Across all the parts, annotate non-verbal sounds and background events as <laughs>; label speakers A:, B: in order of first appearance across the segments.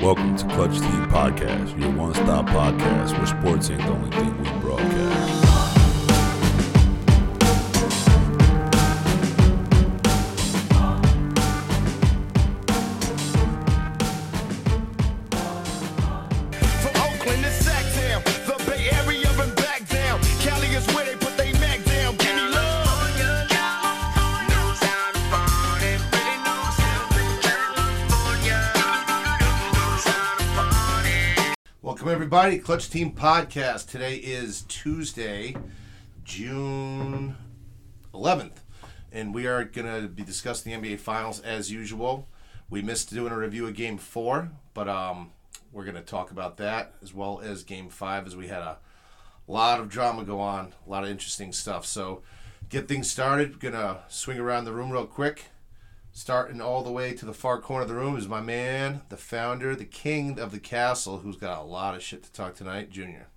A: Welcome to Clutch Team Podcast, your one stop podcast where sports ain't the only thing we broadcast.
B: From Oakland to Sacktown, the Bay Area and back down. Cali is where they put they Mac down. Give me love.
C: Welcome everybody, Clutch Team Podcast. Today is Tuesday, June 11th, and we are going to be discussing the NBA Finals as usual. We missed doing a review of Game Four, but um, we're going to talk about that as well as Game Five, as we had a lot of drama go on, a lot of interesting stuff. So, get things started. We're gonna swing around the room real quick. Starting all the way to the far corner of the room is my man, the founder, the king of the castle, who's got a lot of shit to talk tonight, Junior.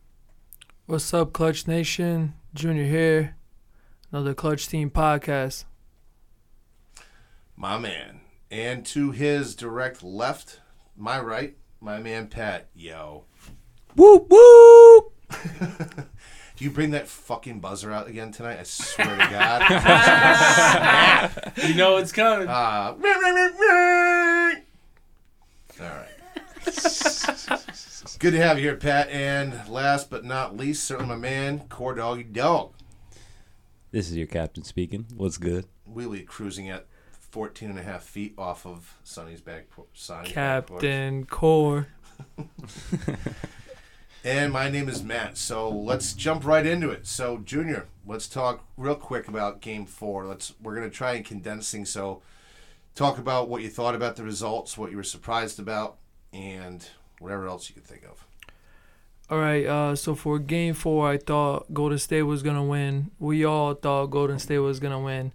D: What's up, Clutch Nation? Junior here. Another Clutch Team podcast.
C: My man. And to his direct left, my right, my man Pat. Yo.
D: Whoop whoop!
C: Do you bring that fucking buzzer out again tonight? I swear to God.
E: You know it's coming.
C: Uh, all right. Good to have you here, Pat. And last but not least, certainly my man, Core Doggy Dog.
F: This is your captain speaking. What's good?
C: Wheelie cruising at 14 and a half feet off of Sonny's back por- Sonny's back porch.
D: Captain Core.
C: And my name is Matt. So let's jump right into it. So Junior, let's talk real quick about Game Four. Let's we're gonna try and condense things. So talk about what you thought about the results, what you were surprised about, and whatever else you could think of.
D: All right, uh, so for game four, I thought Golden State was going to win. We all thought Golden State was going to win,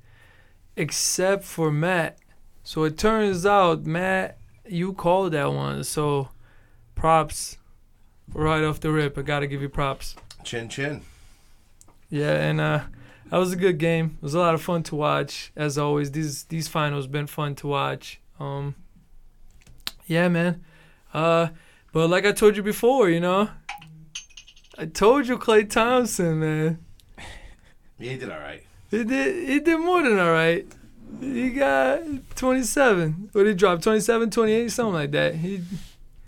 D: except for Matt. So it turns out, Matt, you called that one. So props right off the rip. I got to give you props.
C: Chin chin.
D: Yeah, and uh, that was a good game. It was a lot of fun to watch, as always. These these finals been fun to watch. Um, yeah, man. Uh, but like I told you before, you know, I told you Clay Thompson, man.
C: Yeah, he did all right.
D: He did he did more than all right. He got 27. What did he drop? 27, 28, something like that. He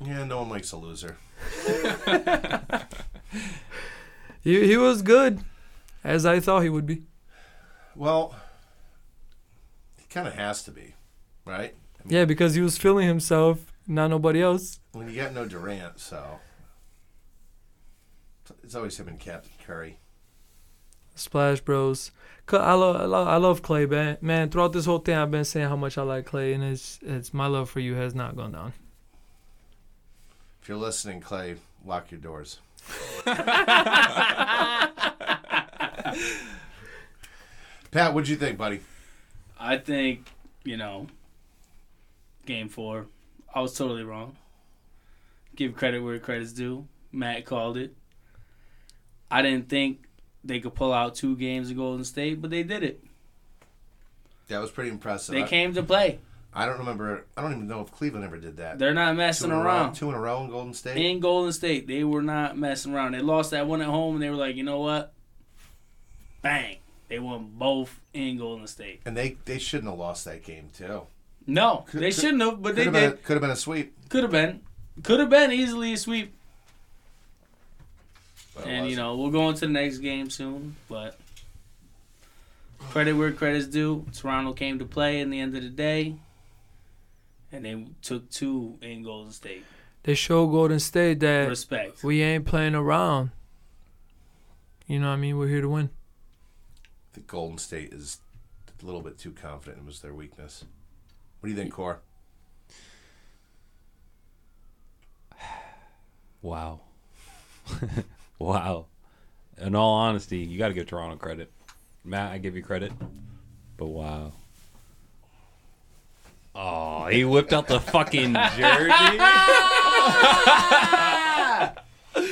C: Yeah, no one likes a loser.
D: he, he was good, as I thought he would be.
C: Well, he kind of has to be, right?
D: Yeah, because he was feeling himself, not nobody else.
C: When you got no Durant, so it's always him and Captain Curry.
D: Splash Bros. Cl- I love, I love, I love Clay, man. Man, throughout this whole thing, I've been saying how much I like Clay, and it's, it's my love for you has not gone down.
C: If you're listening, Clay, lock your doors. Pat, what'd you think, buddy?
E: I think, you know, game four, I was totally wrong. Give credit where credit's due. Matt called it. I didn't think they could pull out two games of Golden State, but they did it.
C: That was pretty impressive.
E: They
C: I,
E: came to play.
C: I don't remember. I don't even know if Cleveland ever did that.
E: They're not
C: two
E: messing
C: in a row,
E: around.
C: two in a row in Golden State.
E: In Golden State, they were not messing around. They lost that one at home, and they were like, you know what? Bang. They won both in Golden State.
C: and they, they shouldn't have lost that game too.
E: No,
C: Could-
E: they
C: could-
E: shouldn't have, but
C: Could
E: they
C: have been,
E: did.
C: a- could have been a sweep.
E: Could have been. Could have been easily a sweep.
C: but it
E: And you
C: wasn't.
E: know, we'll go into the next game soon, but credit where credit's due. Toronto came to play in the end of the day. And they took two in Golden State.
D: They show Golden State that
E: Respect.
D: we ain't playing around. You know what I mean? We're here to win.
C: the Golden State is a little bit too confident. It was their weakness. What do you think, Core?
F: Wow. <laughs> wow. In all honesty, you got to give Toronto credit. Matt, I give you credit. But wow. Oh, he whipped out the fucking jersey.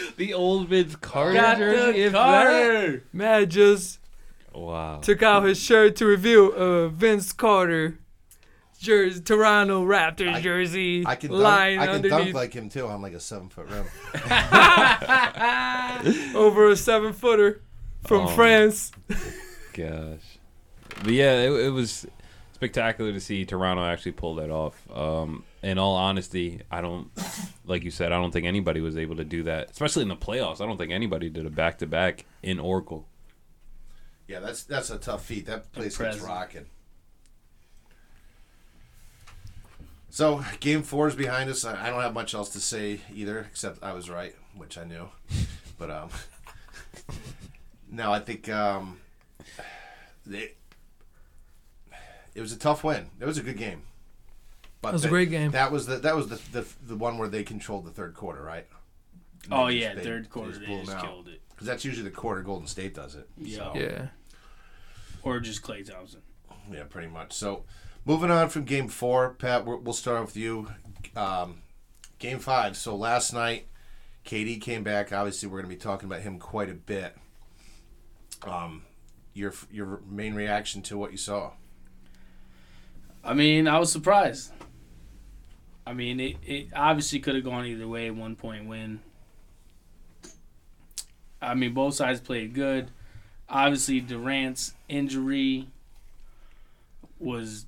F: <laughs> the old Vince Carter
E: Got
F: jersey.
E: the
F: if that-
E: Carter.
D: Matt just
F: Wow.
D: took out his shirt to reveal uh, Vince Carter jersey, Toronto Raptors
C: I-
D: jersey,
C: I can dunk,
D: lying
C: I can
D: underneath
C: dunk like him too on like a seven foot rim.
D: over a seven footer from
F: Oh.
D: France.
F: Gosh. But yeah, it, it was spectacular to see Toronto actually pull that off. Um, in all honesty, I don't, like you said, I don't think anybody was able to do that, especially in the playoffs. I don't think anybody did a back to back in Oracle.
C: <laughs> Yeah, that's that's a tough feat. That place gets
E: Impressive.
C: rocking. So game four is behind us. I I don't have much else to say either, except I was right, which I knew. But um, <laughs> no, I think um, they, it was a tough win. It was a good game. But
D: It was a
C: they-
D: great game.
C: That was the that was the, the the one where they controlled the third quarter, right?
E: Oh
C: just-
E: yeah,
C: they-
E: third
C: they
E: quarter
C: just
E: they
C: blew 'em
E: just
C: out.
E: killed it.
C: Because that's usually the quarter Golden State does it.
E: Yeah.
C: So-
D: Yeah.
E: Or just Clay Thompson.
C: Yeah, pretty much. So, moving on from Game Four, Pat, we're, we'll start off with you. Um, game Five. So last night, KD came back. Obviously, we're going to be talking about him quite a bit. Um, your your main reaction to what you saw?
E: I mean, I was surprised. I mean, it, it obviously could have gone either way, one point win. I mean, both sides played good. Obviously, Durant's injury was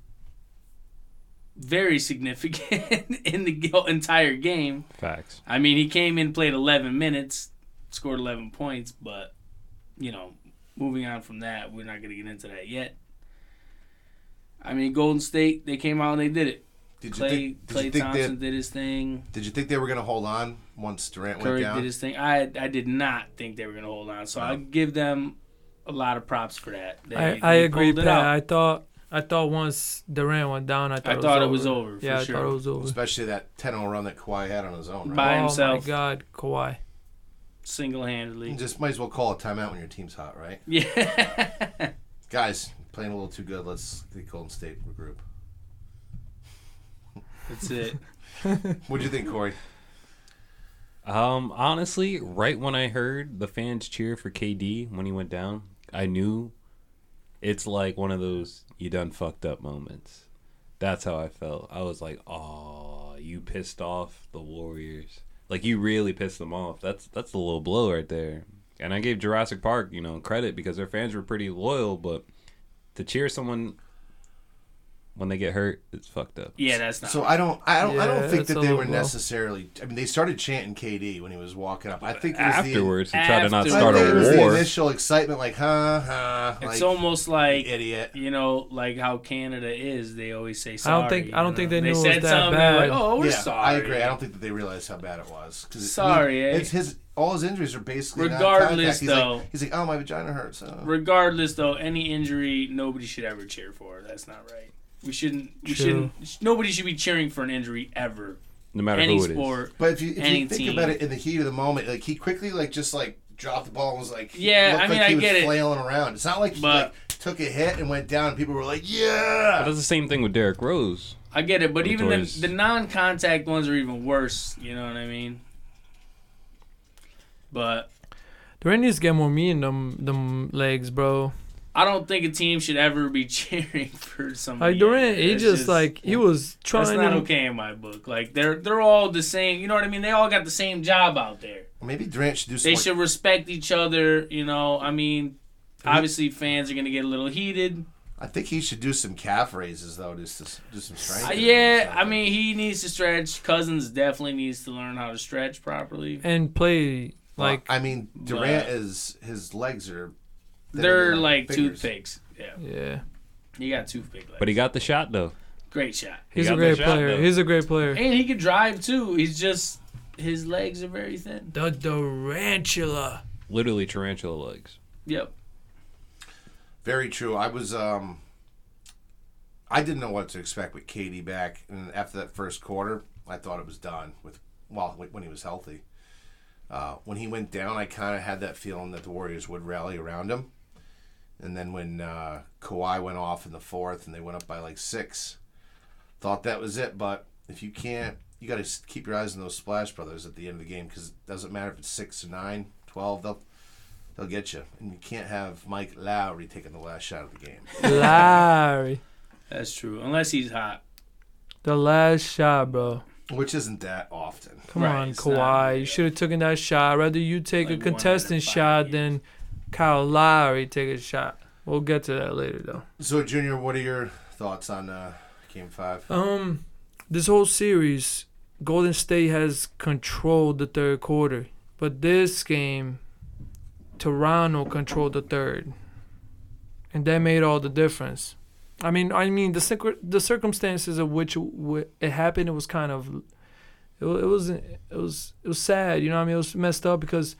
E: very significant <laughs> in the g- entire game.
F: Facts.
E: I mean, he came in, played 11 minutes, scored 11 points, but, you know, moving on from that, we're not going to get into that yet. I mean, Golden State, they came out and they did it.
C: Did
E: Clay,
C: you think? Did
E: Clay
C: you think
E: Thompson
C: they?
E: did his thing.
C: Did you think they were going to hold on once Durant
E: Curry
C: went down?
E: did his thing. I I did not think they were going to hold on, so I give them a lot of props for that. They-
D: I,
E: they
D: I agree,
E: pulled it
D: Pat.
E: out.
D: I thought I thought once Durant went down, I thought,
E: I
D: it,
E: thought it
D: was
E: was
D: over.
E: over, for
D: Yeah, I thought
E: sure.
D: it was over.
C: Especially that 10-0 run that Kawhi had on his own. Right?
E: By
D: oh
E: himself.
D: my God, Kawhi.
E: Single-handedly. <laughs>
C: You <laughs> just might as well call a timeout when your team's hot, right?
E: yeah.
C: Guys, playing a little too good. Let's the Golden State regroup.
E: That's it.
C: What do you think, Corey?
F: Um, honestly, right when I heard the fans cheer for KD when he went down, I knew it's like one of those you done fucked up moments. That's how I felt. I was like, "Oh, you pissed off the Warriors. Like you really pissed them off. That's that's the little blow right there." And I gave Jurassic Park, you know, credit because their fans were pretty loyal, but to cheer someone when they get hurt, it's fucked up.
E: Yeah, that's not.
C: So I don't, I don't, I
D: Yeah,
C: don't think
D: it's a
C: that they
D: little
C: were
D: low.
C: necessarily. I mean, they started chanting KD when he was walking up. I think it was
F: Afterwards, to try to not
C: The,
E: Afterwards.
F: start
C: I think it was
F: a
C: the
F: war.
C: initial excitement, like, huh, huh, like,
E: it's almost like
C: idiot.
E: you know, like how Canada is. They always say sorry.
D: I don't think- I don't
E: you
D: think
E: know?
D: they knew it was
E: said
D: that
E: something, they're
D: bad.
E: Like, oh, we're
C: yeah,
E: sorry.
C: I agree. I don't think that they realized how bad it was. 'cause it-
E: Sorry, eh?
C: it's his. All his injuries are basically non-contact.
E: Regardless,
C: he's
E: though.
C: like, he's like, oh, my vagina hurts. uh."
E: Regardless, though, any injury, nobody should ever cheer for. That's not right. We shouldn't. We
D: True.
E: shouldn't. sh- Nobody should be cheering for an injury ever.
F: No matter
E: Any
F: who it is.
E: sport.
C: But if you, if
E: Any
C: you think
E: team.
C: about it in the heat of the moment, like he quickly like just like dropped the ball and was like,
E: Yeah,
C: looked
E: I mean,
C: like he
E: I
C: was
E: get it.
C: flailing around. It's not like he
E: But-
C: like, took a hit and went down. and People were like,
F: But
C: yeah.
F: that's the same thing with Derrick Rose.
E: I get it, but even the,
F: Victoria's-
E: the non-contact ones are even worse. You know what I mean? But
D: Durant needs to get more meat in them them legs, bro.
E: I don't think a team should ever be <laughs> cheering for somebody.
D: Like Durant, he
E: That's
D: just, like he was trying.
E: That's not
D: to-
E: okay in my book. Like they're they're all the same. You know what I mean? They all got the same job out there.
C: Maybe Durant should do
E: They
C: something.
E: should respect each other. You know, I mean, obviously fans are gonna get a little heated.
C: I think he should do some calf raises though, just to do some strength.
E: Uh, yeah, I mean, he needs to stretch. Cousins definitely needs to learn how to stretch properly.
D: and play like
C: I mean, Durant
E: But-
C: is his legs are thinner
E: They're
C: than
E: like
C: fingers.
E: toothpicks. Yeah,
D: yeah.
E: he got toothpick legs.
F: But he got the shot though.
E: great shot,
D: He's a
F: got the
D: great
F: shot,
D: player.
F: though.
D: He's a great player.
E: and he could drive too. He's just his legs are very thin.
D: The
E: <laughs>
D: Durantula.
F: Literally tarantula legs.
E: Yep.
C: Very true. I was um, I didn't know what to expect with KD back, and after that first quarter, I thought it was done with. Well, wh- when he was healthy, uh, when he went down, I kind of had that feeling that the Warriors would rally around him. And then when uh, Kawhi went off in the fourth, and they went up by like six, thought that was it. But if you can't, you got to keep your eyes on those Splash Brothers at the end of the game because it doesn't matter if it's six or nine, 12, they'll they'll get you. And you can't have Mike Lowry taking the last shot of the game.
D: Larry.
E: That's true. Unless he's hot.
D: The last shot, bro.
C: which isn't that often.
D: Come
E: Right,
D: on,
E: it's not-
D: Kawhi. You should have taken that shot. I'd rather you take
E: Like
D: a
E: one
D: contestant
E: in five
D: shot
E: years.
D: than Kyle Lowry take a shot. We'll get to that later, though.
C: So, Junior, what are your thoughts on uh, Game Five?
D: Um, this whole series, Golden State has controlled the third quarter, but this game, Toronto controlled the third, and that made all the difference. I mean, I mean the cir- the circumstances of which w- it happened, it was kind of, it, wa- it was it was it was sad. You know, what I mean, it was messed up because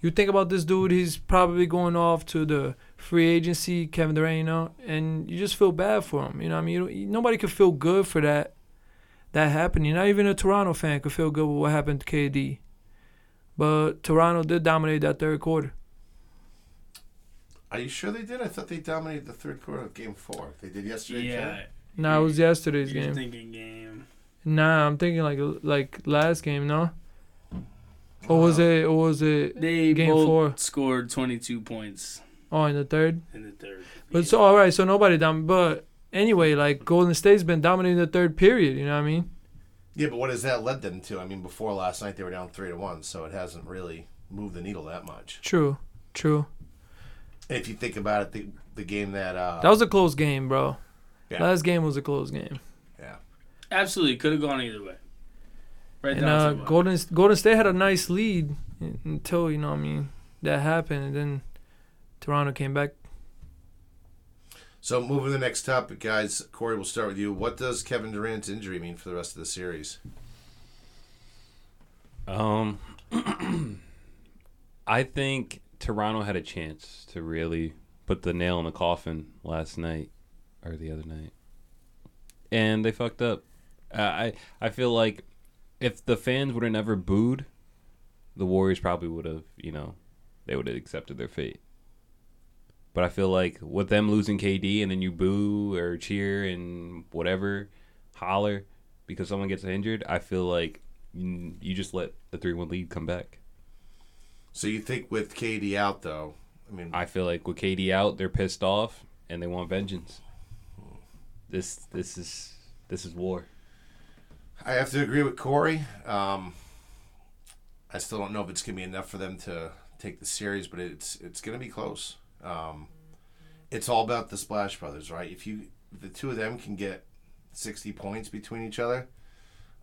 D: you think about this dude, he's probably going off to the free agency, Kevin Durant, you know, and you just feel bad for him. You know, what I mean, you don't, you- nobody could feel good for that that happening. Not even a Toronto fan could feel good with what happened to KD. But Toronto did dominate that third quarter.
C: Are you sure they did? I thought they dominated the third quarter of Game Four. They did yesterday.
E: Yeah.
D: Nah, it was
E: You're
D: yesterday's game.
E: thinking game.
D: Nah, I'm thinking like like last game, no. Or was it? Or was it?
E: They
D: Game
E: both
D: four.
E: scored 22 points
D: Oh, in the third.
E: in the third.
D: But so all right, so nobody down. But anyway, like Golden State's been dominating the third period. You know what I mean?
C: Yeah, but what has that led them to? I mean, before last night they were down three to one, so it hasn't really moved the needle that much.
D: True, true.
C: If you think about it, the, the game that uh,
D: That was a close game, bro.
C: Yeah.
D: Last game was a close game.
E: Absolutely. Could have gone either way. Right
D: And
E: down
D: uh,
E: to the wire.
D: Golden Golden State had a nice lead un- until you know what I mean that happened, and then Toronto came back.
C: so moving to the next topic, guys. Corey, we'll start with you. What does Kevin Durant's injury mean for the rest of the series?
F: Um, <clears throat> I think Toronto had a chance to really put the nail in the coffin last night or the other night, and they fucked up. Uh, I I feel like if the fans would have never booed, the Warriors probably would have you know they would have accepted their fate. But I feel like with them losing KD and then you boo or cheer and whatever, holler because someone gets injured, I feel like you you just let the 3 1 lead come back.
C: So you think with KD out though? I mean,
F: I feel like with KD out, they're pissed off and they want vengeance. This this is this is war.
C: I have to agree with Corey. Um, I still don't know if it's going to be enough for them to take the series, but it's it's going to be close. Um, it's all about the Splash Brothers, right? If you if the two of them can get sixty points between each other,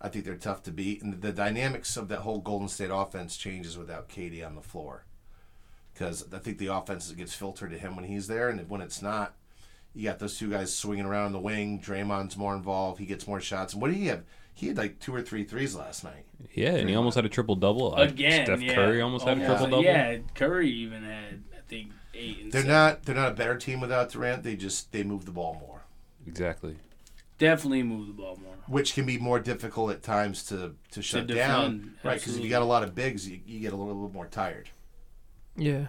C: I think they're tough to beat. And the dynamics of that whole Golden State offense changes without Katie on the floor, because I think the offense gets filtered to him when he's there, and when it's not, you got those two guys swinging around the wing. Draymond's more involved. He gets more shots. And what did he have? He had like two or three threes last night.
F: Yeah, and he almost had a triple double.
E: Again,
F: Steph
E: yeah.
F: Curry almost had a
E: Almost.
F: triple double.
E: Yeah, Curry even had, I think, eight. And
C: They're
E: seven.
C: not. They're not a better team without Durant. They just they move the ball more,
F: exactly.
E: Definitely move the ball more.
C: which can be more difficult at times to to shut down.
E: defend,
C: Right, because if you
E: absolutely.
C: got a lot of bigs, you, you get a little, little more tired.
D: Yeah,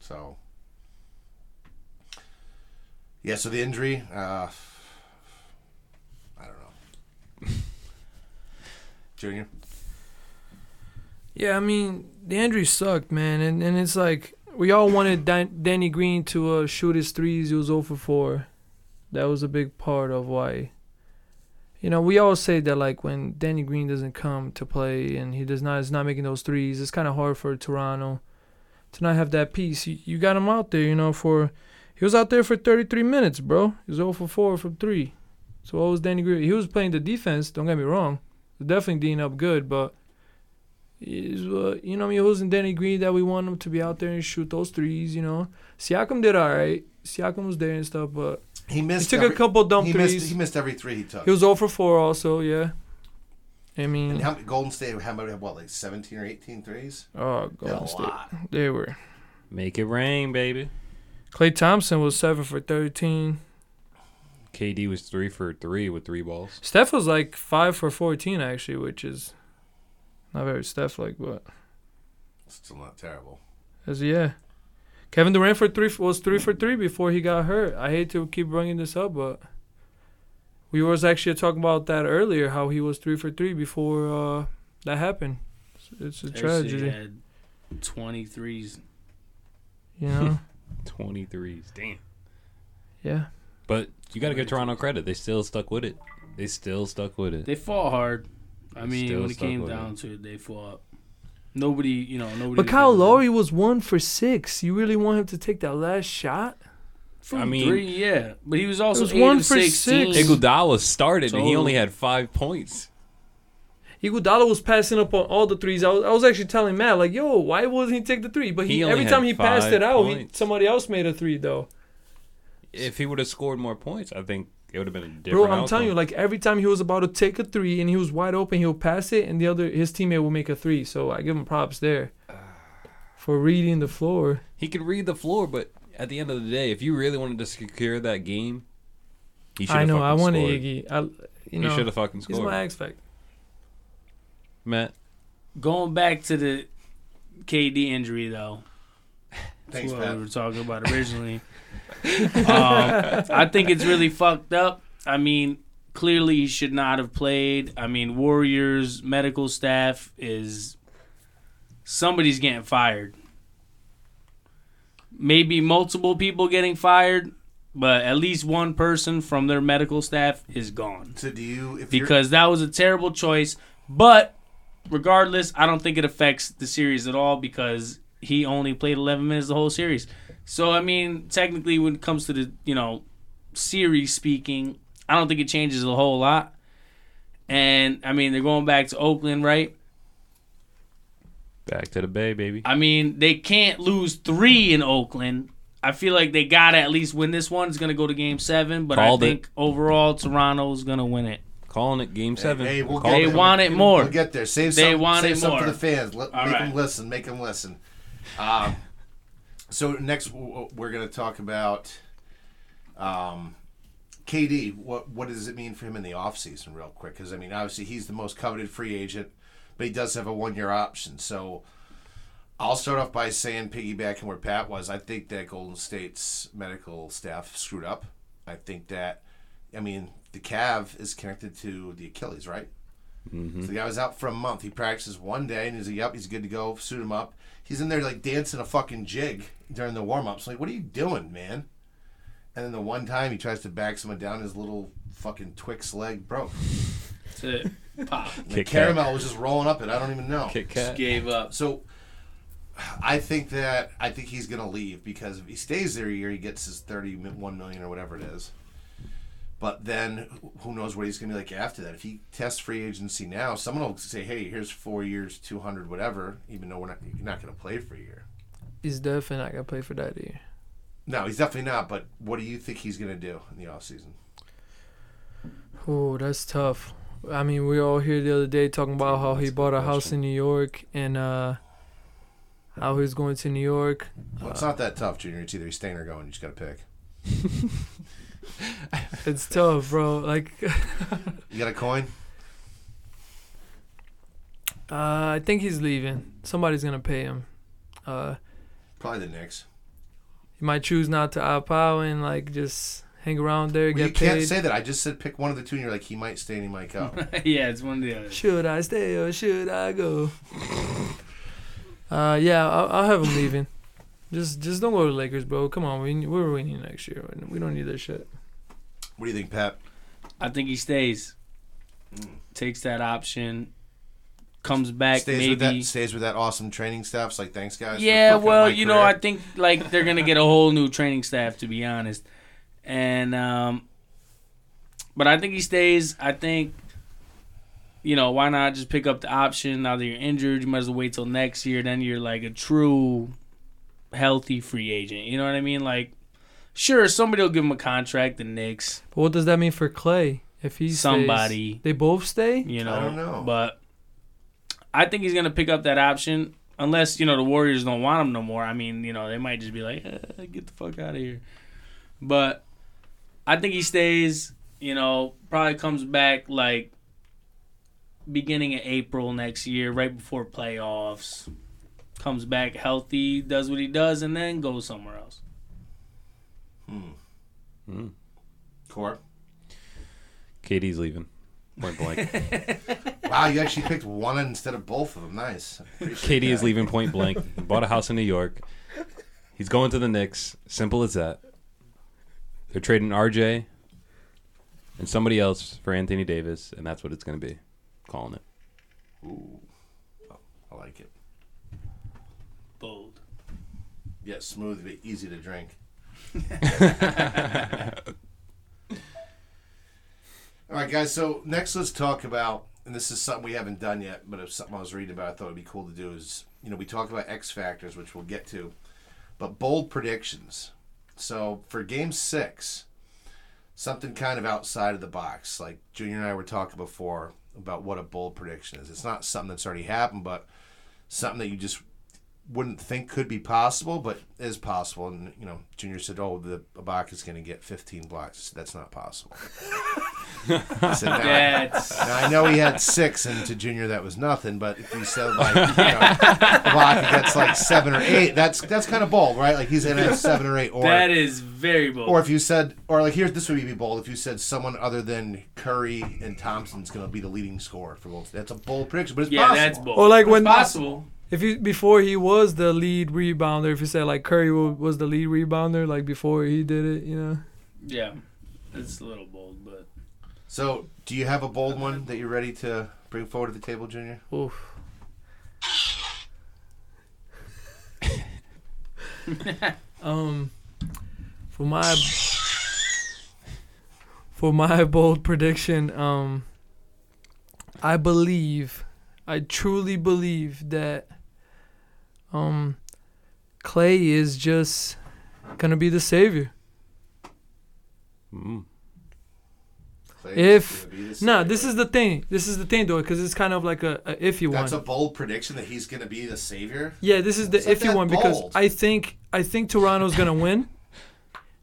C: So. Yeah. So the injury. Uh, I don't know.
D: <laughs>
C: Junior.
D: yeah. I mean the injury sucked, man, and and it's like we all wanted Dan- Danny Green to uh, shoot his threes. He was 0 for 4. That was a big part of why. You know, we all say that like when Danny Green doesn't come to play and he does not is not making those threes, it's kind of hard for Toronto to not have that piece. You, you got him out there, you know, for he was out there for 33 minutes, bro. He was 0 for 4 from 3. So what was Danny Green? He was playing the defense. Don't get me wrong, definitely Dean up good, but is uh, you know, what I mean, it wasn't Danny Green that we want him to be out there and shoot those threes. You know, Siakam did all right. Siakam was there and stuff, but
C: He
D: he
C: missed.
D: took
C: every-
D: a couple dumb
C: he
D: threes.
C: missed. He missed every three he took.
D: He was 0 for 4 also, yeah. I
C: And
E: Mm-hmm.
D: mean,
C: how Golden State? How many? What like seventeen or 18 threes?
D: oh,
C: a
D: Golden State.
C: lot.
D: They were.
F: Make it rain, baby.
D: Clay Thompson was 7 for 13.
F: KD was three for three with three balls.
D: Steph was like 5 for 14, actually, which is not very Steph like, but
C: Still not terrible.
D: as yeah. Kevin Durant for three was 3 for 3 before he got hurt. I hate to keep bringing this up, but we was actually talking about that earlier how he was 3 for 3 before uh, that happened. It's, it's a
E: Actually
D: tragedy,
E: had 23s.
D: you
F: <laughs>
D: know.
F: Twenty threes. Damn.
D: yeah.
F: But you gotta give Toronto credit. They still stuck with it. They still stuck with it.
E: They fought hard. I
F: They
E: mean,
F: still
E: when it
F: stuck
E: came
F: with
E: down to it, they fought. Nobody, you know, nobody.
D: But
E: was
D: Kyle
E: giving them-
D: Lowry was one for six. You really want him to take that last shot?
E: From
F: I mean-
E: three, yeah, but he was also
D: was
E: eight
D: one
E: of
D: for
E: 16.
D: six.
F: Iguodala started and he
E: Total.
F: only had five points.
D: Iguodala was passing up on all the threes. I was, I was actually telling Matt, like, yo, why wasn't he take the three? But he,
F: He only
D: every
F: had
D: time he passed
F: five
D: it out, he,
F: points.
D: somebody else made a three, though.
F: If he would have scored more points, I think it would have been a different.
D: Bro, I'm
F: outcome.
D: telling you, like, every time he was about to take a three and he was wide open, he'll pass it, and the other his teammate will make a three. So I give him props
F: <sighs>
D: there for reading the floor.
F: he could read the floor, but at the end of the day, if you really wanted to secure that game, he should
D: I
F: have
D: know, I
F: fucking
D: wanted
F: scored.
D: Iggy. I, you
F: he should
D: know,
F: have fucking
D: he's my
F: scored.
D: X Factor.
F: Matt,
E: Going back to the KD injury, though,
C: Thanks,
E: what
C: Pat.
E: we were talking about originally. um, I think it's really fucked up. I mean, clearly he should not have played. I mean, Warriors medical staff is somebody's getting fired. Maybe multiple people getting fired, but at least one person from their medical staff is gone
C: So do you if you're,
E: because that was a terrible choice. But regardless, I don't think it affects the series at all because he only played 11 minutes the whole series. So I mean, technically, when it comes to the you know series speaking, I don't think it changes a whole lot. And I mean, they're going back to Oakland, right?
F: back to the bay, baby.
E: I mean, they can't lose three in Oakland. I feel like they gotta at least win this one. It's gonna go to Game Seven, but
F: Called
E: I
F: it.
E: think overall Toronto's gonna win it.
F: Calling it game seven.
C: Hey, we'll
F: Call
C: get
E: They
C: there.
E: want it more.
C: We'll get there. Save
E: They
C: some,
E: want
C: save
E: it
C: some for
E: more.
C: the fans. Let,
E: All
C: make
E: right.
C: them listen. Make them listen. Um, <laughs> so next, w- w- we're going to talk about um, KD. What what does it mean for him in the offseason, real quick? Because I mean, obviously, he's the most coveted free agent, but he does have a one year option. So I'll start off by saying, piggybacking where Pat was, I think that Golden State's medical staff screwed up. I think that, I mean, the calf is connected to the Achilles, right? So the guy was out for a month. He practices one day and he's like, "Yep, he's good to go. Suit him up." He's in there like dancing a fucking jig during the warm ups. Like, what are you doing, man? And then the one time he tries to back someone down, his little fucking Twix leg broke.
E: To pop,
C: And the
F: Kit Kat.
C: caramel was just rolling up it. I don't even know.
F: Kit Kat.
E: gave up.
C: So I think that I think he's gonna leave because if he stays there a year, he gets his thirty-one million or whatever it is. But then who knows what he's gonna be like after that? If he tests free agency now, someone will say, "Hey, here's four years, two hundred, whatever." Even though we're not you're not gonna play for a year.
D: He's definitely not going to play for that year.
C: No, he's definitely not. But what do you think he's gonna do in the offseason?
D: Oh, that's tough. I mean, we were all here the other day talking about how he
F: That's a
D: bought
F: good
D: a house
F: question.
D: in New York and uh, how he's going to New York.
C: Well,
D: Uh,
C: it's not that tough, Junior. It's either he's staying or going. You just gotta pick.
F: <laughs>
D: It's tough, bro. Like, <laughs>
C: You got a coin?
D: uh, I think he's leaving. Somebody's gonna pay him. Uh,
C: Probably the Knicks.
D: he might choose not to opt out and like just hang around there,
C: Well, you
D: get
C: can't
D: paid.
C: say that. I just said pick one of the two, and you're like, he might stay and he might
D: <laughs>
C: go.
E: <laughs> yeah, it's one of the other.
D: should I stay or should I go? uh, yeah, I'll, I'll have him leaving. Just, just don't go to Lakers, bro. Come on, we we're winning next year. We don't need this shit.
C: what do you think, Pat?
E: I think he stays,
C: Mm.
E: takes that option, comes back
C: stays
E: maybe.
C: with that stays with that awesome training staff. It's like thanks guys. for
E: yeah,
C: fucking
E: well,
C: my
E: you
C: career."
E: know, I think like they're gonna get a whole new training staff to be honest, and um, but I think he stays. I think. You know, why not just pick up the option now that you're injured? You might as well wait till next year. Then you're like a true healthy free agent. You know what I mean? Like, sure, somebody will give him a contract, the Knicks,
D: But what does that mean for Clay? If he's
E: somebody.
D: they both stay.
E: You know,
C: I don't know.
E: But I think he's gonna pick up that option unless you know the Warriors don't want him no more. I mean, you know, they might just be like, eh, get the fuck out of here. But I think he stays. You know, probably comes back like beginning of April next year, right before playoffs. Comes back healthy, does what he does, and then goes
C: <laughs>
E: somewhere else.
C: Core.
F: KD's leaving.
D: <laughs>
F: Point blank.
C: Wow, you actually picked one instead of both of them. Nice. Appreciate
F: KD is
C: that.
F: leaving point blank. He bought a house in New York. He's going to the Knicks. Simple as that. They're trading RJ. and somebody else for Anthony Davis, and that's what it's going to be. Calling it.
C: Ooh, oh, I like it.
E: Bold.
C: Yeah, smooth but easy to drink. All right, guys. So next, let's talk about, and this is something we haven't done yet, but it's something I was reading about. I thought it'd be cool to do is, you know, we talk about X factors, which we'll get to, but bold predictions. So for Game Six, something kind of outside of the box. Like Junior and I were talking before about what a bold prediction is. It's not something that's already happened, but something that you just wouldn't think could be possible, but is possible. And you know, Junior said, "Oh, the Abak is going to get 15 blocks. That's not possible." <laughs> I said, "Now,
E: That's
C: now, I know he had six, and to Junior that was nothing. But if you said like, you know, Abak gets like seven or eight, that's that's kind of bold, right? Like he's going to have seven or eight, or
E: that is very bold.
C: or if you said, or like here's this would be bold if you said someone other than Curry and Thompson's going to be the leading scorer for Golden State. That's a bold prediction, but it's
E: yeah,
C: possible.
E: that's bold.
D: Or like
E: It's
D: when-
E: possible.
D: If you before he was the lead rebounder, if you said like Curry wa- was the lead rebounder, like before he did it, you know.
E: Yeah, it's a little bold, but
C: So, do you have a bold one that you're ready to bring forward to the table, Junior?
D: Oof. um, for my for my <laughs> bold prediction, um, I believe, I truly believe that, um, Clay is just gonna be the savior.
F: Mm.
C: Clay gonna
D: If-
C: be the
D: Nah,
C: savior.
D: this is the thing. This is the thing though, because it's kind of like a, a iffy one.
C: that's a bold prediction that he's going to be the savior.
D: Yeah, this is the
C: It's not
D: iffy
C: that
D: one because
C: bold.
D: I think I think Toronto's gonna win,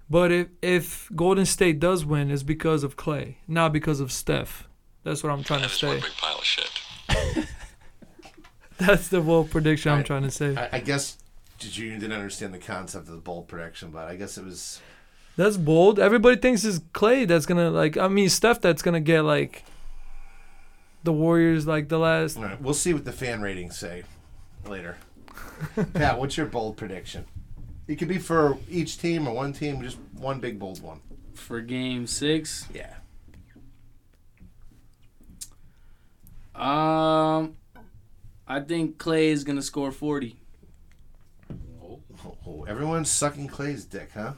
D: but if if Golden State does win, it's because of Clay, not because of Steph. That's what I'm trying to say.
G: pile of shit.
D: <laughs> That's the bold prediction I'm trying to say.
C: I, I guess Junior didn't understand the concept of the bold prediction, but I guess it was.
D: That's bold. Everybody thinks it's Clay that's gonna like. I mean, Steph that's gonna get like the Warriors like the last.
C: All right, we'll see what the fan ratings say
D: <laughs>
C: later. Pat, what's your bold prediction? It could be for each team or one team, just one big bold one.
E: for game six,
C: Yeah.
E: um, I think Clay is gonna score forty.
C: Oh, everyone's sucking Clay's dick, huh?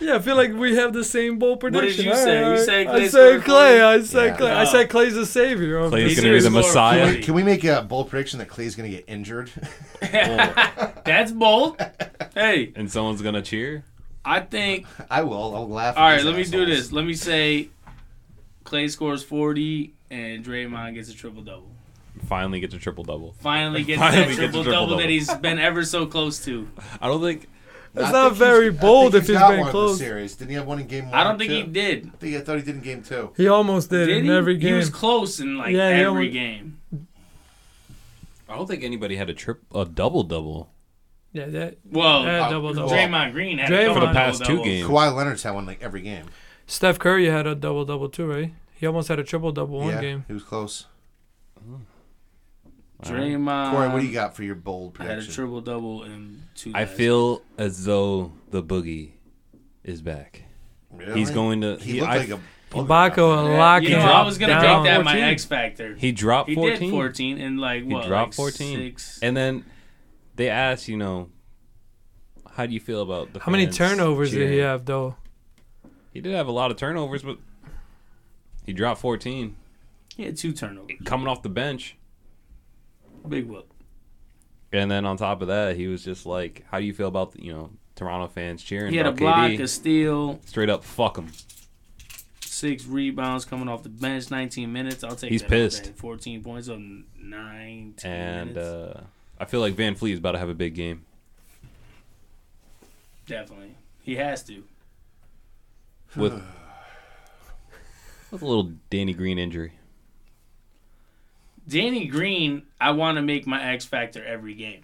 D: Yeah, I feel like we have the same bold
E: did
D: prediction.
E: you
D: All
E: say? You
D: all
E: said
D: I
E: Clay's
D: said
E: gonna
D: Clay.
E: win.
D: I said
C: Yeah.
D: Clay. I
E: No.
D: said Clay's the savior.
F: Clay's
E: He's
F: going to be the
E: gonna score
F: Messiah.
E: forty.
C: Can we make a bold prediction that Clay's going to get injured? <laughs>
E: That's bold. Hey,
F: And someone's going to cheer.
E: I think.
C: I will. I'll laugh. at
E: All right,
C: these
E: let me do
C: assholes.
E: this. Let me say, Clay scores forty and Draymond gets a triple double.
F: Finally gets a triple double.
E: Finally gets
F: Finally
E: that
F: gets a
E: triple double that
F: triple-double.
E: he's been ever so close to.
F: I don't think.
C: I
D: It's
C: think
D: not
C: he's-
D: very
C: I think
D: bold if he's
C: got
D: been
C: one in the
D: close.
C: Series. Didn't he have one in game one?
E: I don't think
C: too?
E: he did.
C: I think I thought he did in game two.
D: He almost did,
E: Did
D: in
E: he?
D: every game.
E: He was close in like
D: Yeah, he
E: every
D: almost-
E: game.
F: I don't think anybody had a trip a double double.
D: yeah, that
E: Well,
D: Yeah,
C: Oh,
E: uh,
D: double double.
E: Draymond Green had
D: Draymond-
E: a
D: For
E: couple
D: the
F: Past two
E: double-doubles.
F: games.
C: Kawhi Leonard's had one like every game.
D: Steph Curry had a double double too, right? He almost had a triple double one
C: yeah,
D: game.
C: he was close.
E: Draymond.
C: Corey, what do you got for your bold
E: Had a
C: prediction?
E: triple double in two.
F: I
E: last-
F: feel as though the boogie is back.
C: Really?
F: He's going to.
C: He,
F: He,
C: looked
F: I-
C: like a. bugger out
D: Ibaka
E: Yeah,
D: and lock
E: you
D: him
E: know, I was gonna
D: down.
E: make that my
F: 14.
E: X factor.
F: he dropped
E: He
F: 14.
E: did 14 in like
F: He
E: what?
F: dropped
E: like
F: 14.
E: Six.
F: And then they asked, you know, how do you feel about the
D: How many
F: fans
D: turnovers did he
F: cheering?
D: have though?
F: He did have a lot of turnovers, but he dropped 14
E: he had two turnovers.
F: coming off the bench.
E: Big whoop.
F: And then on top of that, he was just like, how do you feel about, the, you know, Toronto fans cheering
E: He had a
F: about
E: block,
F: KD?
E: a steal,
F: Straight up, fuck him.
E: six rebounds coming off the bench, 19 minutes. I'll take.
F: He's
E: that all day.
F: pissed.
E: 14 points on 19
F: And
E: minutes.
F: uh, I feel like Van Fleet is about to have a big game.
E: Definitely, he has to.
F: with with a little Danny Green injury.
E: Danny Green, I want to make my X factor every game,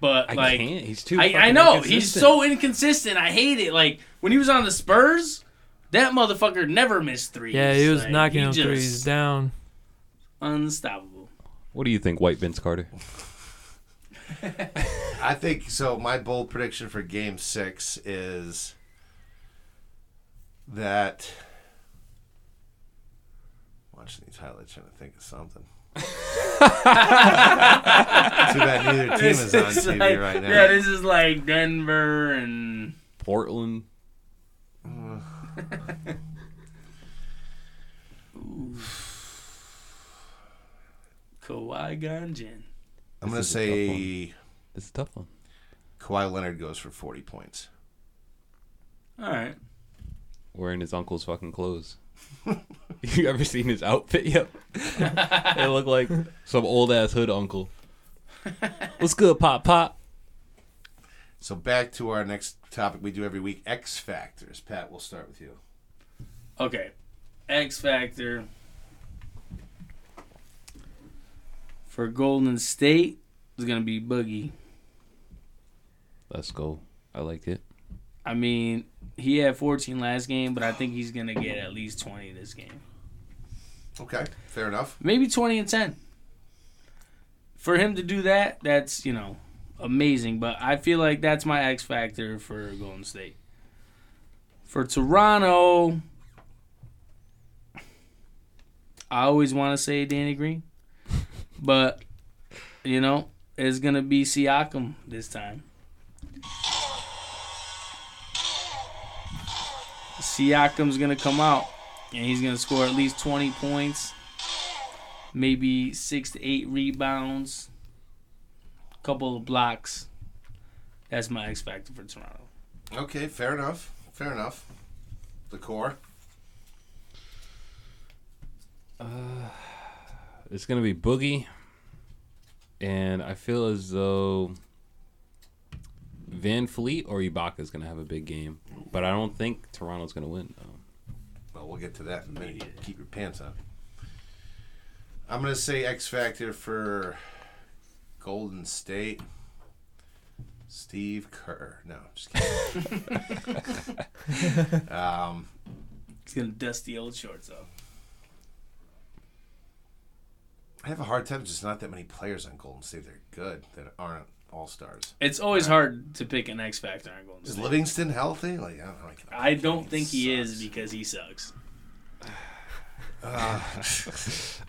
E: but
F: I
E: like
F: can't. He's too.
E: I, I
F: fucking
E: know he's
F: inconsistent.
E: so inconsistent. I hate it. Like when he was on the Spurs, that motherfucker never missed threes.
D: Yeah, he was
E: Like,
D: knocking
E: he
D: him
E: just
D: threes down.
E: Unstoppable.
F: What do you think, White Vince Carter?
C: I think so. My bold prediction for Game Six is that watching these highlights trying to think of something. Too bad neither team is on TV
E: like,
C: right now.
E: Yeah, this is like Denver and
F: Portland.
E: Kawhi Ganjin.
C: I'm going to
F: This is a
C: say
F: It's a tough one.
C: Kawhi Leonard goes for 40 points.
E: All right.
F: Wearing his uncle's fucking clothes. <laughs> you ever seen his
E: <laughs>
F: outfit? <laughs> Yep. it looked like some old ass hood uncle. What's good, Pop Pop?
C: So back to our next topic we do every week X Factors. Pat, we'll start with you.
E: Okay. X Factor. For Golden State, it's going to be Boogie.
F: Let's go. I liked it.
E: I mean, he had 14 last game, but I think he's going to get at least 20 this game.
C: Okay, fair enough.
E: Maybe 20 and 10. For him to do that, that's, you know, amazing. But I feel like that's my X Factor for Golden State. For Toronto, I always want to say Danny Green. <laughs> But, you know, it's going to be Siakam this time. Siakam's going to come out and he's going to score at least 20 points, maybe six to eight rebounds, couple of blocks. That's my X factor for Toronto.
C: Okay, fair enough. Fair enough. The core.
F: It's gonna be Boogie, and I feel as though Van Fleet or Ibaka's gonna have a big game, but I don't think Toronto's gonna win. Though.
C: Well, we'll get to that in a minute. Keep your pants on. I'm going to say X Factor for Golden State. Steve Kerr. No, just kidding. um,
E: He's gonna dust the old shorts off.
C: I have a hard time. There's just not that many players on Golden State that are good that aren't all stars.
E: It's always hard to pick an X factor on Golden
C: Is
E: State.
C: Livingston healthy? Like I don't know. Like,
E: I don't think he
C: sucks.
E: is because he sucks.
C: Just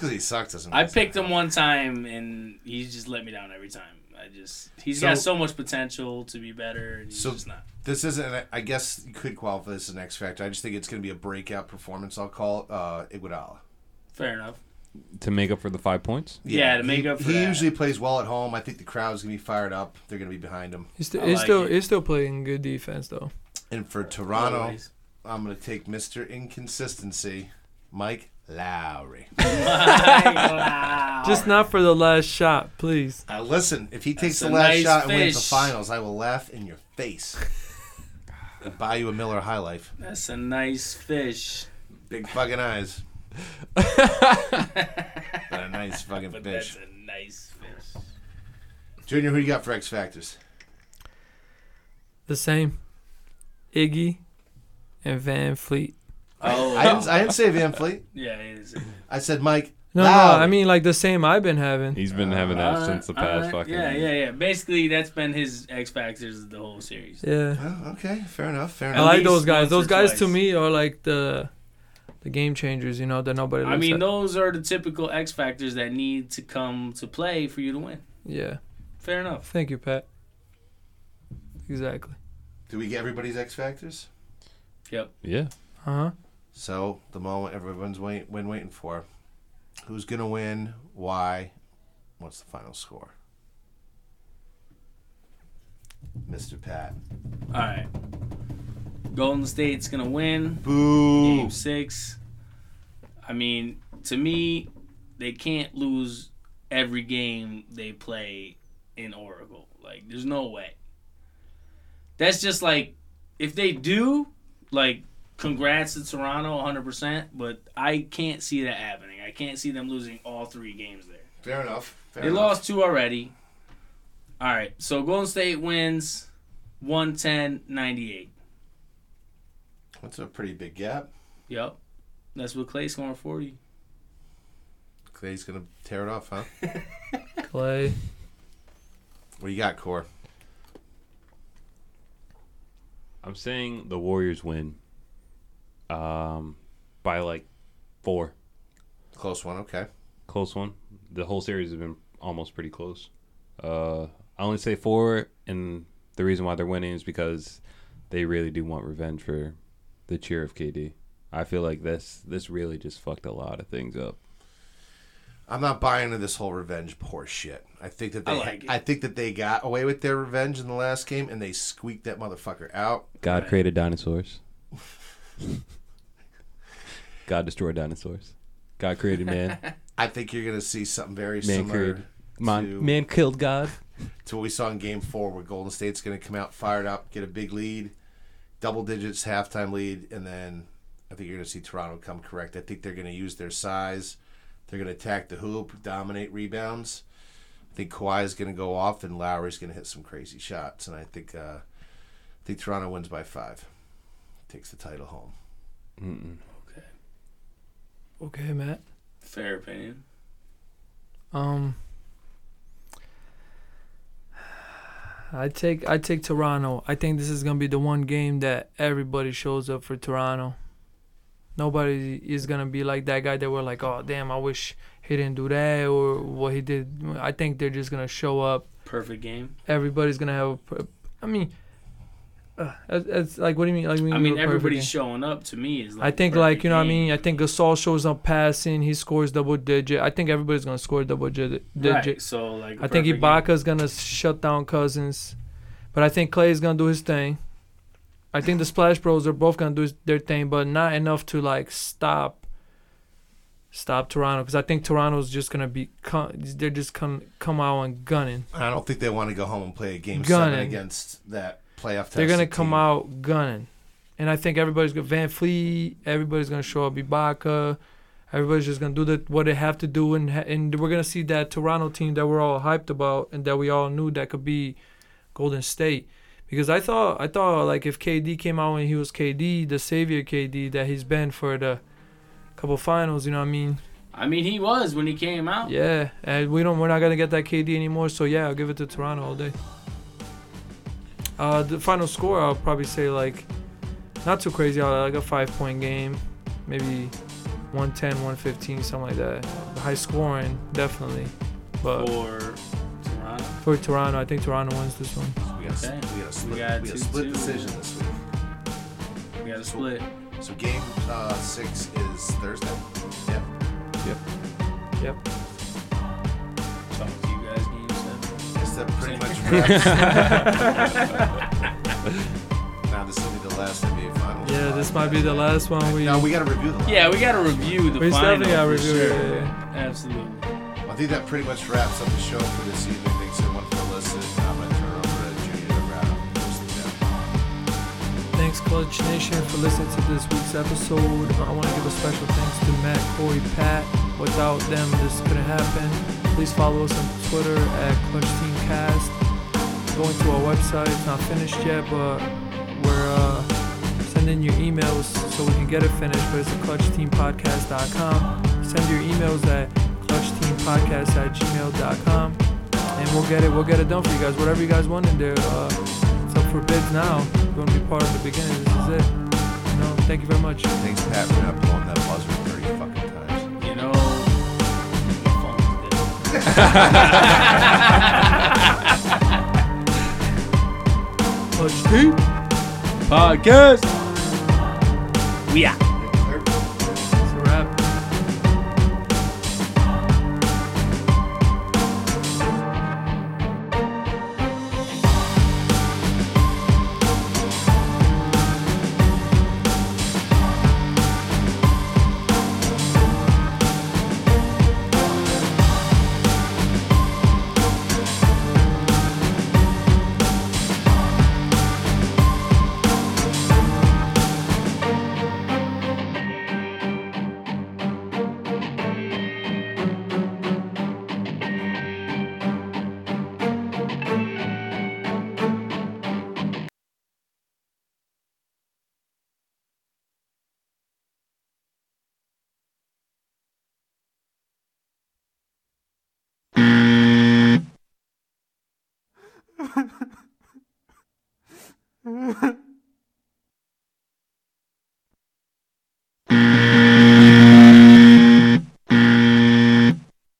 C: because uh, he sucks doesn't.
E: I
C: mean he's
E: picked
C: not
E: him one time and he's just let me down every time. I just he's got
C: So-
E: so much potential to be better and he's
C: So-
E: just not.
C: This isn't. I guess you could qualify this as an X factor. I just think it's going to be a breakout performance. I'll call it, uh, Iguodala.
E: Fair enough.
F: To make up for the five points,
E: Yeah, to make
C: he,
E: up for
C: he
E: that.
C: usually plays well at home. I think the crowd's going to be fired up. They're going to be behind him.
D: He's still,
E: I
D: he's
E: like
D: still,
E: it.
D: he's still playing good defense though.
C: And for Toronto,
E: Otherwise.
C: I'm going to take Mr. Inconsistency, Mike Lowry.
E: Wow.
D: Just not for the last shot, please.
C: Now listen, if he takes
E: That's
C: the
E: a
C: last
E: nice
C: shot and wins the
E: fish.
C: finals, I will laugh in your
E: <laughs>
C: face. and buy you a Miller High Life.
E: That's a nice fish.
C: Big fucking
E: <laughs>
C: eyes. but a nice fucking
E: But
C: fish.
E: that's a nice fish.
C: Junior, who you got for X Factors?
D: The same, Iggy, and Van Fleet.
E: Oh,
C: I didn't, I didn't say Van Fleet.
E: yeah, it is.
C: I said Mike.
D: No,
C: Lowry.
D: no, I mean like the same I've been having.
F: he's been having that
E: Alright,
F: since the
E: alright.
F: past fucking.
E: Uh, Yeah, yeah, yeah. Basically, that's been his X factors the whole series.
D: Yeah,
C: Oh, okay, fair enough, fair
D: I
E: At
C: enough.
D: like
E: least
D: those guys.
E: once or
D: Those guys to
E: twice.
D: me are like the, the game changers. You know that nobody. Looks
E: I mean,
D: at.
E: those are the typical X factors that need to come to play for you to win.
D: Yeah.
E: Fair enough.
D: Thank you, Pat. Exactly.
C: Do we get everybody's X Factors?
E: Yep.
F: yeah.
D: Uh huh.
C: So the moment everyone's wait, been waiting for, who's gonna win? Why? What's the final score? Mr. Pat.
E: All right. Golden State's gonna win
C: Boo.
E: game six. I mean, to me, they can't lose every game they play in Oracle. Like, there's no way. That's just like, if they do, like, congrats to Toronto 100%, but I can't see that happening. I can't see them losing all three games there.
C: Fair enough. Fair
E: They
C: enough.
E: lost two already. All right, so Golden State wins 110 98.
C: That's a pretty big gap.
E: Yep. That's with Clay scoring 40.
C: Clay's gonna tear it off, huh?
D: Clay.
C: What do you got, Core?
F: I'm saying the Warriors win. Um, by like four.
C: Close one. Okay.
F: Close one. The whole series has been almost pretty close. Uh, I only say four, and the reason why they're winning is because they really do want revenge for the cheer of KD. I feel like this this really just fucked a lot of things up.
C: I'm not buying into this whole revenge horse shit. I think that they
E: I
C: I,
E: like it.
C: think that they got away with their revenge in the last game and they squeaked that motherfucker out.
F: God created dinosaurs. God destroyed dinosaurs. God created man.
C: I think you're gonna see something very
F: Man
C: similar
F: created man,
C: to-
F: man killed God.
C: to what we saw in game four where Golden State's gonna come out fired up, get a big lead, double digits halftime lead, and then I think you're gonna see Toronto come correct. I think they're gonna use their size. They're gonna attack the hoop, dominate rebounds. I think Kawhi's gonna go off and Lowry's gonna hit some crazy shots. And I think uh I think Toronto wins by five. Takes the title home.
D: Okay, Matt.
E: Fair opinion.
D: Um, I take I take Toronto. I think this is gonna be the one game that everybody shows up for Toronto. Nobody is gonna be like that guy that were like, oh damn, I wish he didn't do that or what he did. I think they're just gonna show up.
E: Perfect game.
D: Everybody's gonna have. A, per- I mean, uh, it's- it's like what do you mean? Like when
E: I
D: you
E: mean,
D: were perfect
E: everybody's
D: game?
E: showing up to me is
D: I
E: like.
D: think like
E: perfect
D: you know what I
E: game.
D: mean. I think Gasol shows up passing. He scores double digit. I think everybody's gonna score double digit.
E: Right,
D: digit.
E: So like.
D: I think
E: perfect
D: Ibaka's gonna shut down Cousins, but I think Clay's gonna do his thing. I think the Splash Bros are both gonna do his- their thing, but not enough to like stop stop Toronto because I think Toronto's just gonna be co- they're just come come out and gunning.
C: I don't think they want to go home and play a game seven
D: Gunning.
C: against that playoff.
D: they're gonna
C: Texas
D: come
C: team.
D: out gunning, and I think everybody's gonna Van Fleet. Everybody's gonna show up Ibaka. Everybody's just gonna do the, what they have to do, and ha- and we're gonna see that Toronto team that we're all hyped about and that we all knew that could be Golden State. Because I thought I thought like if KD came out when he was KD, the savior KD that he's been for the couple finals, you know what I mean?
E: I mean, he was when he came out.
D: Yeah, and we don't we're not gonna get that KD anymore. So yeah, I'll give it to Toronto all day. Uh, the final score I'll probably say like, not too crazy. I'll like a five point game, maybe 110, 115, something like that. High scoring definitely, but
E: For Toronto.
D: for Toronto, I think Toronto wins this one.
C: We got,
E: Okay.
C: we got a split,
E: We got
C: we got a
E: two-
C: split
E: two.
C: decision this week.
E: We got a split.
C: So game uh, six is Thursday. Yeah.
D: Yep.
E: Talk to you guys. Game seven.
C: Guess that
D: <laughs>
C: pretty
E: Same.
C: much <laughs> wraps. now this will be the last NBA final.
D: Yeah, this might be the last one we.
C: Now we got to review the.
E: Yeah, we got to review the
D: We still
E: final.
D: haven't got
E: for
D: review it,
E: sure.
D: yeah,
E: Absolutely.
C: I think that pretty much wraps up the show for this evening. Thanks everyone for listening. I'm gonna turn it over to Junior to wrap up. Just, yeah.
D: Thanks, Clutch Nation, for listening to this week's episode. I want to give a special thanks to Matt, Corey, Pat. Without them, this couldn't happen. Please follow us on Twitter at Clutch Team Cast. Going to our website, it's not finished yet, but we're uh, sending your emails so we can get it finished. But it's at clutchteampodcast.com. Send your emails at clutchteampodcast at gmail.com. And we'll get it. We'll get it done for you guys. Whatever you guys want in there. Uh, it's up for bids now. If you want to be part of the beginning, this is it. You know, thank you very much.
C: Thanks, Pat, for not blowing that buzzer 30 fucking times.
E: You know, my phone's dead.
D: Clutch Team.
F: Podcast.
D: It's a wrap.